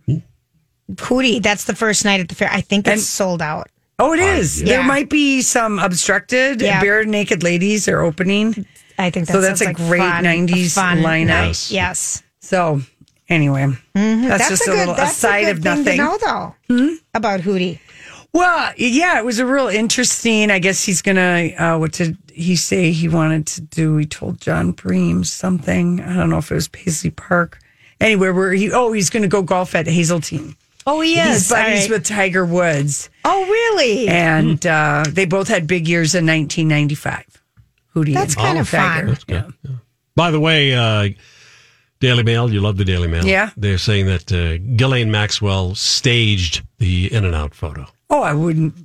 Speaker 4: Hootie, that's the first night at the fair. I think it's
Speaker 5: And-
Speaker 4: sold out.
Speaker 5: oh it is there
Speaker 4: Yeah.
Speaker 5: might be some obstructed
Speaker 4: Yeah.
Speaker 5: bare naked ladies are opening
Speaker 4: I think that
Speaker 5: So that's
Speaker 4: sounds
Speaker 5: a
Speaker 4: like
Speaker 5: great
Speaker 4: fun,
Speaker 5: 90s
Speaker 4: fun
Speaker 5: lineup.
Speaker 4: night.
Speaker 3: Yes.
Speaker 4: Yes.
Speaker 5: So anyway, that's, just a, little
Speaker 4: Mm-hmm. that's
Speaker 5: aside
Speaker 4: good
Speaker 5: of
Speaker 4: thing
Speaker 5: nothing. Hmm?
Speaker 4: to know, though, about Hootie.
Speaker 5: Well, yeah, it was a real interesting. I guess he's gonna. Uh, what did he say he wanted to do? He told John Bream something. I don't know if it was Paisley Park. Anywhere where he oh he's gonna go golf at Hazeltine.
Speaker 4: Oh, he
Speaker 5: he's buddies with Tiger Woods,
Speaker 4: oh, really?
Speaker 5: and
Speaker 4: Mm-hmm.
Speaker 5: uh, they both had big years in 1995. Hootie,
Speaker 4: That's
Speaker 5: and
Speaker 4: kind of
Speaker 5: Tiger.
Speaker 4: fun.
Speaker 5: Yeah.
Speaker 3: By the way, uh, Daily Mail, you love the Daily Mail.
Speaker 5: Yeah.
Speaker 3: They're saying that uh, Ghislaine Maxwell staged the In and Out photo.
Speaker 5: Oh, I wouldn't.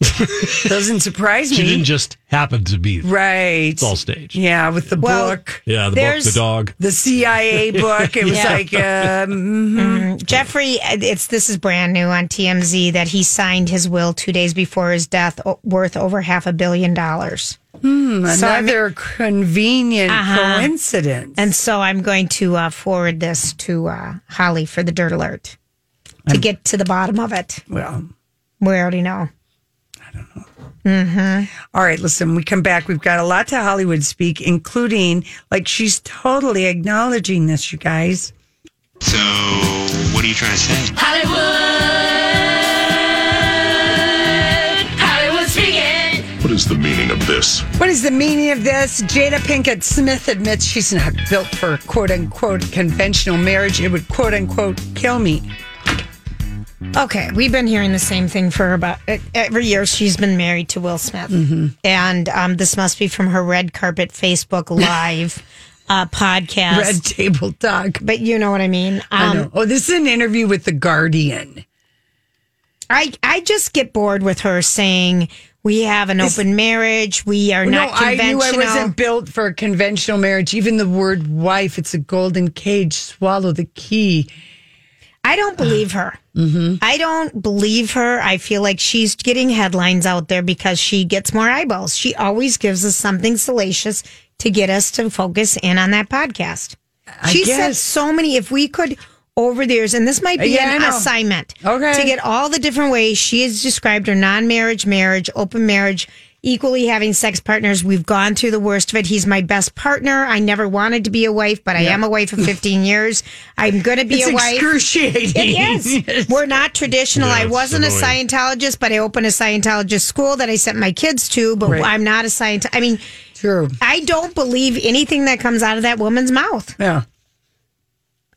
Speaker 5: Doesn't surprise
Speaker 3: She didn't
Speaker 5: me.
Speaker 3: just happen to be there.
Speaker 5: Mm-hmm. Right.
Speaker 3: It's all staged.
Speaker 5: Yeah, with the
Speaker 4: Well,
Speaker 5: book.
Speaker 3: Yeah, the book,
Speaker 4: There's-
Speaker 3: the dog.
Speaker 5: the CIA book. It was
Speaker 4: Yeah.
Speaker 5: like, um,
Speaker 4: Jeffrey, it's this is brand new on TMZ that he signed his will two days before his death, o- worth over half a billion dollars.
Speaker 5: another convenient coincidence.
Speaker 4: Uh-huh. And so I'm going to uh, forward this to uh, Holly for the dirt alert to get to the bottom of it.
Speaker 5: well,
Speaker 4: We already know.
Speaker 5: all right, listen, we come back. We've got a lot to Hollywood speak, including like she's totally acknowledging this, you guys.
Speaker 7: So, what are you trying to say?
Speaker 8: Hollywood. Hollywood speaking.
Speaker 7: What is the meaning of
Speaker 8: this?
Speaker 5: What is the meaning of this? Jada Pinkett Smith admits she's not built for quote unquote conventional marriage. It would quote unquote kill me.
Speaker 4: Okay, we've been hearing the same thing for about e, every year. She's been married to Will Smith,
Speaker 5: Mm-hmm.
Speaker 4: and um, this must be from her red carpet Facebook Live uh, podcast,
Speaker 5: Red table talk.
Speaker 4: But you know what I mean. Um,
Speaker 5: I know. Oh, this is an interview with The Guardian.
Speaker 4: I I just get bored with her saying we have an open marriage. We are
Speaker 5: no,
Speaker 4: not
Speaker 5: I knew
Speaker 4: conventional.
Speaker 5: I wasn't built for a conventional marriage. Even the word wife, it's a golden cage. Swallow the key.
Speaker 4: I don't believe her.
Speaker 5: Mm-hmm.
Speaker 4: I don't believe her. I feel like she's getting headlines out there because she gets more eyeballs. She always gives us something salacious to get us to focus in on that podcast. she said
Speaker 5: guess.
Speaker 4: so many. If we could over the years, and this might be
Speaker 5: Yeah,
Speaker 4: an
Speaker 5: I know.
Speaker 4: assignment,
Speaker 5: Okay.
Speaker 4: to get all the different ways she has described her non-marriage, marriage, open marriage. Equally having sex partners, we've gone through the worst of it. He's my best partner. I never wanted to be a wife, but I am a wife of 15 years. I'm going to be
Speaker 5: It's
Speaker 4: a wife.
Speaker 5: excruciating.
Speaker 4: It is. We're not traditional. I wasn't a Scientologist, but I opened a Scientologist school that I sent my kids to, but
Speaker 5: Right.
Speaker 4: I'm not a Scientologist. I mean,
Speaker 5: True.
Speaker 4: I don't believe anything that comes out of that woman's mouth.
Speaker 5: Yeah.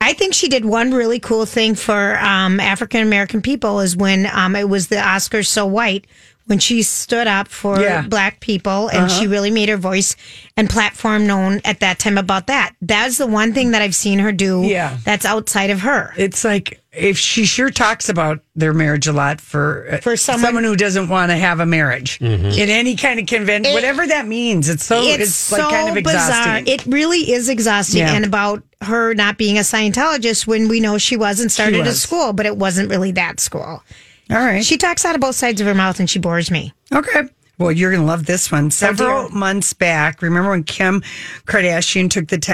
Speaker 4: I think she did one really cool thing for um, African American people is when um, it was the Oscars So White. When she stood up for
Speaker 5: Yeah. Uh-huh.
Speaker 4: black people and she really made her voice and platform known at that time about that. That's the one thing that I've seen her do
Speaker 5: Yeah.
Speaker 4: that's outside of her.
Speaker 5: It's like if she sure talks about their marriage a lot for uh,
Speaker 4: For someone-
Speaker 5: who doesn't want to have a marriage in any kind of convention, whatever that means. It's so Oh, it's, like kind of exhausting.
Speaker 4: It really is exhausting.
Speaker 5: Yeah.
Speaker 4: And about her not being a Scientologist when we know she was and started a
Speaker 5: was.
Speaker 4: school, but it wasn't really that school.
Speaker 5: All right.
Speaker 4: She talks out of both sides of her mouth and she bores me.
Speaker 5: Okay. Well, you're going to love this one. Several
Speaker 4: dear.
Speaker 5: months back, remember when Kim Kardashian took the test?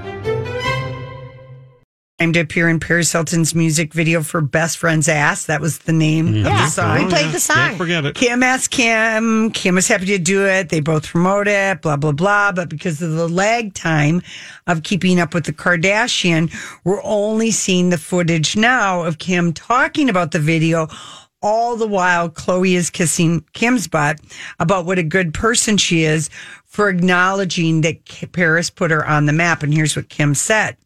Speaker 5: Time to appear in Paris Hilton's music video for Best Friend's Ass. That was the name of the song.
Speaker 4: we played the song.
Speaker 3: Can't oh, forget it.
Speaker 5: Kim asked Kim. Kim was happy to do it. They both promote it, blah, blah, blah. But because of the lag time of keeping up with the Kardashian, we're only seeing the footage now of Kim talking about the video. All the while, Chloe is kissing Kim's butt about what a good person she is for acknowledging that K- Paris put her on the map. And here's what Kim said.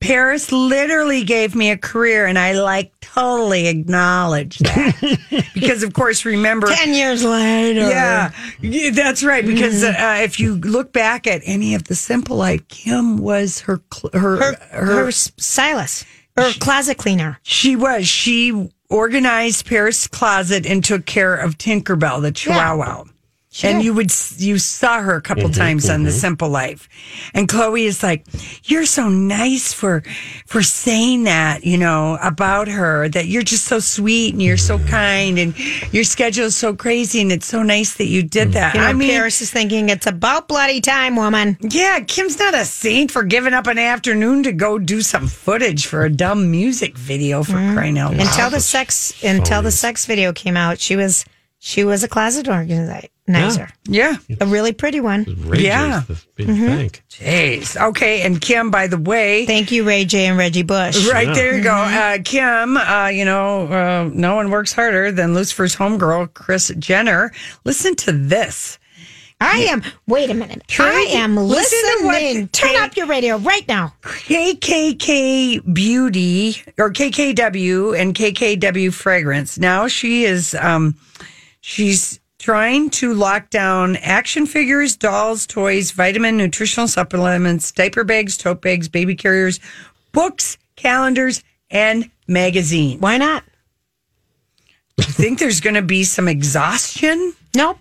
Speaker 5: Paris literally gave me a career, and I like totally acknowledge that because, of course, remember.
Speaker 4: Ten years later.
Speaker 5: Yeah, yeah, that's right. Because
Speaker 4: Mm-hmm.
Speaker 5: uh, if you look back at any of the Simple Life, Kim was her cl- her,
Speaker 4: Her,
Speaker 5: her,
Speaker 4: her, s stylist or closet cleaner.
Speaker 5: She was. She organized Paris' closet and took care of Tinkerbell, the Chihuahua. And you would s- you saw her a couple times on The Simple Life, and Chloe is like, "You're so nice for for saying that, you know, about her. That you're just so sweet and you're so kind, and your schedule is so crazy, and it's so nice that you did that.
Speaker 4: You know,
Speaker 5: I mean,
Speaker 4: Paris is thinking it's about bloody time, woman.
Speaker 5: yeah, Kim's not a saint for giving up an afternoon to go do some footage for a dumb music video for crying out loud.
Speaker 4: Until Mm. the sex until the sex video came out, she was she was a closet organizer.
Speaker 5: Yeah. Mm-hmm.
Speaker 4: A really pretty one.
Speaker 3: Rage
Speaker 5: Yeah.
Speaker 3: is the big
Speaker 5: Mm-hmm.
Speaker 3: bank.
Speaker 5: Jeez. Okay. And Kim, by the way,
Speaker 4: Thank you, Ray J and Reggie Bush.
Speaker 5: right there you go. Uh, Kim, uh, you know, uh, no one works harder than Lucifer's homegirl, Chris Jenner. Listen to this.
Speaker 4: I am. Wait a minute. I am
Speaker 5: Listen to
Speaker 4: listening.
Speaker 5: what-
Speaker 4: Turn up your radio right now.
Speaker 5: KKK Beauty or KKW and KKW Fragrance. Now she is, um, she's trying to lock down action figures, dolls, toys, vitamin, nutritional supplements, diaper bags, tote bags, baby carriers, books, calendars, and magazines.
Speaker 4: Why not?
Speaker 5: You think there's going to be some exhaustion?
Speaker 4: Nope.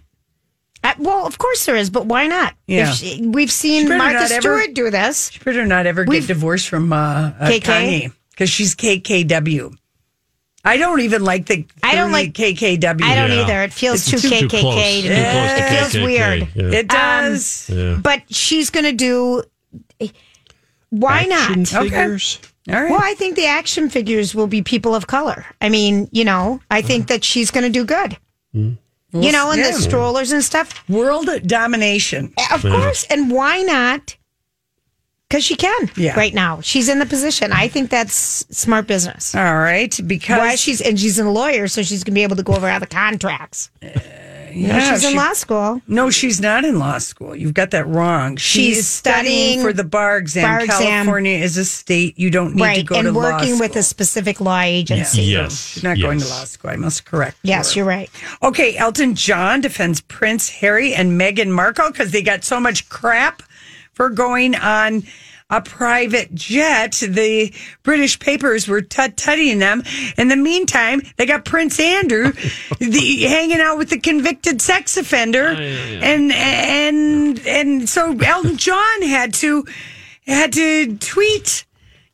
Speaker 4: Uh, well, of course there is, but why not?
Speaker 5: Yeah.
Speaker 4: If she- we've seen
Speaker 5: better
Speaker 4: Martha
Speaker 5: not ever-
Speaker 4: Stewart do this.
Speaker 5: She better not ever
Speaker 4: We've-
Speaker 5: get divorced from uh, uh,
Speaker 4: KK?
Speaker 5: Kanye because she's KKW. I don't even like the.
Speaker 4: I don't like-
Speaker 5: three KKW.
Speaker 4: I don't either. It feels
Speaker 3: It's
Speaker 4: too
Speaker 3: too
Speaker 4: KKK.
Speaker 3: close.
Speaker 4: to
Speaker 3: Too
Speaker 4: me.
Speaker 3: close to
Speaker 4: it feels
Speaker 3: KKK,
Speaker 4: weird.
Speaker 3: yeah.
Speaker 5: It does.
Speaker 3: Yeah.
Speaker 4: But she's going to do. Why
Speaker 3: Action
Speaker 4: not?
Speaker 3: figures?
Speaker 5: All right.
Speaker 4: Well, I think the action figures will be people of color. I mean, you know, I think that she's going to do good. you know, and
Speaker 5: yeah.
Speaker 4: the strollers and stuff.
Speaker 5: World domination.
Speaker 4: Of course. And why not? Because she can
Speaker 5: Yeah.
Speaker 4: right now. She's in the position. I think that's smart business.
Speaker 5: All right, because
Speaker 4: Why she's and she's a lawyer, so she's gonna be able to go over all the contracts.
Speaker 5: yeah,
Speaker 4: she's in
Speaker 5: she-
Speaker 4: law school.
Speaker 5: No, she's not in law school. You've got that wrong. She
Speaker 4: She's
Speaker 5: is studying,
Speaker 4: studying
Speaker 5: for the bar exam.
Speaker 4: bar exam.
Speaker 5: California is a state you don't need to
Speaker 4: right
Speaker 5: go
Speaker 4: and
Speaker 5: to law
Speaker 4: working with
Speaker 5: school.
Speaker 4: a specific law agency
Speaker 3: Yes.
Speaker 5: She's not going to
Speaker 3: yes.
Speaker 5: law school. I must correct.
Speaker 4: yes
Speaker 5: her.
Speaker 4: you're right
Speaker 5: Okay, Elton John defends Prince Harry and Meghan Markle because they got so much crap for going on a private jet. The British papers were tut tutting them. In the meantime, they got Prince Andrew the, hanging out with the convicted sex offender, and and and so Elton John had to had to tweet.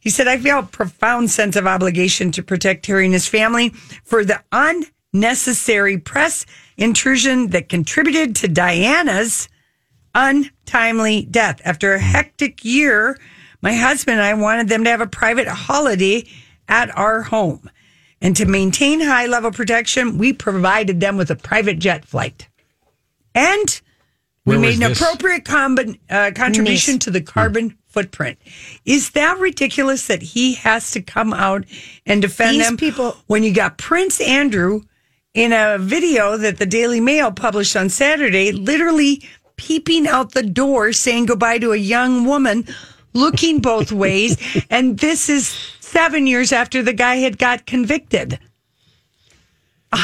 Speaker 5: He said, I feel a profound sense of obligation to protect Harry and his family for the unnecessary press intrusion that contributed to Diana's untimely death. After a hectic year, my husband and I wanted them to have a private holiday at our home. And to maintain high level protection, we provided them with a private jet flight. And we
Speaker 3: Where
Speaker 5: made
Speaker 3: was
Speaker 5: an
Speaker 3: this?
Speaker 5: appropriate combi- uh, contribution to the carbon footprint. Is that ridiculous that he has to come out and defend
Speaker 4: These
Speaker 5: them?
Speaker 4: people-
Speaker 5: when you got Prince Andrew in a video that the Daily Mail published on Saturday, literally peeping out the door, saying goodbye to a young woman, looking both ways, and this is seven years after the guy had got convicted.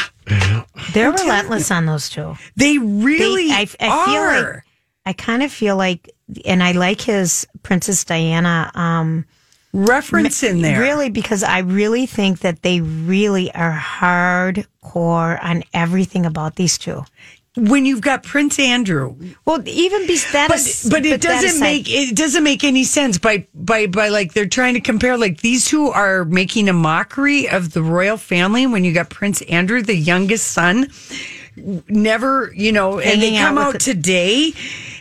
Speaker 4: they're relentless on those two
Speaker 5: They really
Speaker 4: They- I- I feel
Speaker 5: are.
Speaker 4: like- i kind of feel like and i like his princess diana um
Speaker 5: reference in there.
Speaker 4: Really, because I really think that they really are hardcore on everything about these two.
Speaker 5: When you've got Prince Andrew,
Speaker 4: Well, even be that,
Speaker 5: but,
Speaker 4: as-
Speaker 5: but
Speaker 4: that
Speaker 5: it doesn't
Speaker 4: aside-
Speaker 5: make it doesn't make any sense by by by like they're trying to compare like these two are making a mockery of the royal family when you got Prince Andrew the youngest son never you know and they
Speaker 4: Hanging out
Speaker 5: come
Speaker 4: with
Speaker 5: out,
Speaker 4: the-
Speaker 5: today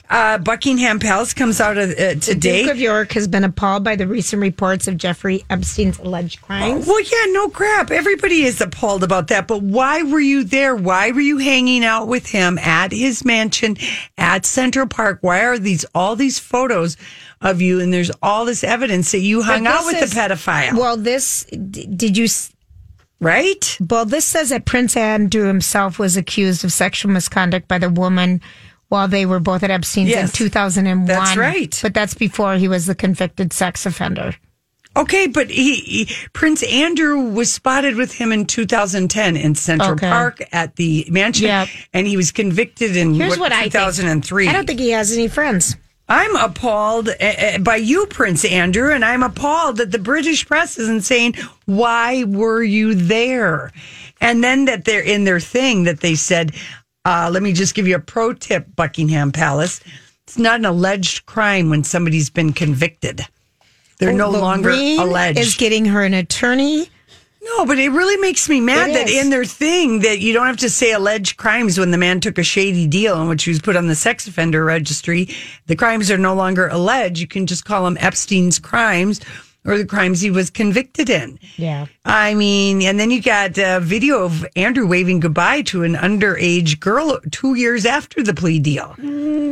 Speaker 5: uh, Buckingham Palace comes out uh, uh,
Speaker 4: The Duke
Speaker 5: today
Speaker 4: of York has been appalled by the recent reports of Jeffrey Epstein's alleged crimes.
Speaker 5: well yeah no crap everybody is appalled about that but why were you there why were you hanging out with him at his mansion at Central Park why are these all these photos of you and there's all this evidence that you hung
Speaker 4: But
Speaker 5: out
Speaker 4: this
Speaker 5: with
Speaker 4: is-
Speaker 5: the pedophile
Speaker 4: Well, this d- did you? s-
Speaker 5: right?
Speaker 4: Well, this says that Prince Andrew himself was accused of sexual misconduct by the woman while they were both at Epstein's
Speaker 5: Yes.
Speaker 4: in 2001.
Speaker 5: That's right.
Speaker 4: But that's before he was the convicted sex offender.
Speaker 5: Okay, but he, he- Prince Andrew was spotted with him in 2010 in Central
Speaker 4: Okay.
Speaker 5: Park at the mansion,
Speaker 4: Yep.
Speaker 5: and he was convicted in
Speaker 4: Here's what, I think.
Speaker 5: 2003.
Speaker 4: I don't think he has any friends.
Speaker 5: I'm appalled uh, uh, by you, Prince Andrew, and I'm appalled that the British press isn't saying why were you there, and then that they're in their thing that they said. Uh, let me just give you a pro tip, Buckingham Palace. It's not an alleged crime when somebody's been convicted. They're no longer
Speaker 4: Lorraine
Speaker 5: alleged.
Speaker 4: Oh, Is getting her an attorney.
Speaker 5: No, but it really makes me mad
Speaker 4: It
Speaker 5: that
Speaker 4: is.
Speaker 5: in their thing that you don't have to say alleged crimes when the man took a shady deal in which he was put on the sex offender registry. The crimes are no longer alleged. You can just call them Epstein's crimes or the crimes he was convicted in.
Speaker 4: Yeah.
Speaker 5: I mean, and then you got a video of Andrew waving goodbye to an underage girl two years after the plea deal.
Speaker 4: Mm.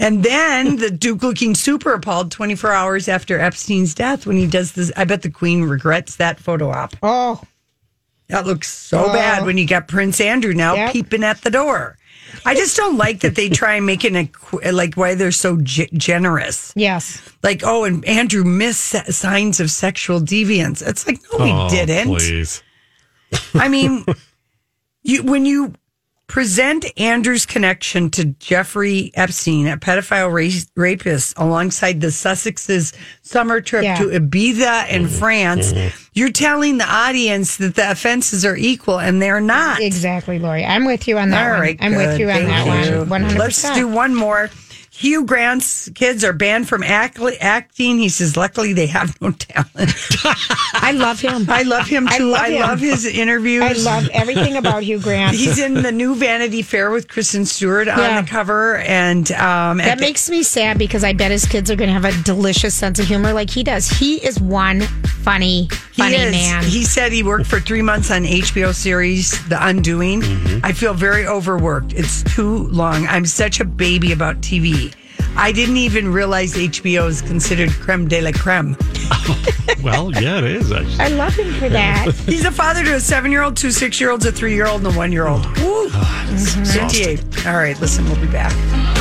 Speaker 5: And then the Duke looking super appalled 24 hours after Epstein's death when he does this. I bet the Queen regrets that photo op.
Speaker 4: Oh,
Speaker 5: That looks so bad when you got Prince Andrew now
Speaker 4: Yep.
Speaker 5: peeping at the door. I just don't like that they try and make an equ- like why they're so ge- generous.
Speaker 4: yes.
Speaker 5: Like oh, and Andrew missed se- signs of sexual deviance. It's like no, we
Speaker 3: Oh,
Speaker 5: didn't.
Speaker 3: Please.
Speaker 5: I mean, you when you Present Andrew's connection to Jeffrey Epstein, a pedophile ra- rapist, alongside the Sussex's summer trip
Speaker 4: Yeah.
Speaker 5: to Ibiza in France. You're telling the audience that the offenses are equal, and they're not.
Speaker 4: Exactly, Lori. I'm with you on that
Speaker 5: All
Speaker 4: one.
Speaker 5: right,
Speaker 4: I'm with
Speaker 5: good.
Speaker 4: you on
Speaker 5: Thank
Speaker 4: that
Speaker 5: you.
Speaker 4: one. One hundred
Speaker 5: Let's do
Speaker 4: percent.
Speaker 5: one more. Hugh Grant's kids are banned from act- acting. He says, luckily, they have no talent.
Speaker 4: I love him.
Speaker 5: I love him too. I love,
Speaker 4: him.
Speaker 5: his interviews.
Speaker 4: I love everything about Hugh Grant.
Speaker 5: He's in the new Vanity Fair with Kristen Stewart on
Speaker 4: Yeah.
Speaker 5: the cover, and um,
Speaker 4: That
Speaker 5: at the-
Speaker 4: makes me sad because I bet his kids are going to have a delicious sense of humor like he does. He is one funny,
Speaker 5: he
Speaker 4: funny
Speaker 5: is.
Speaker 4: man.
Speaker 5: He said he worked for three months on HBO series The Undoing. I feel very overworked. It's too long. I'm such a baby about TV. I didn't even realize HBO is considered creme de la creme.
Speaker 3: well, yeah, it is actually.
Speaker 4: I love him for that.
Speaker 5: He's a father to a seven-year-old, two six-year-olds, a three-year-old, and a one-year-old. Woo! 58. All right, listen, we'll be back.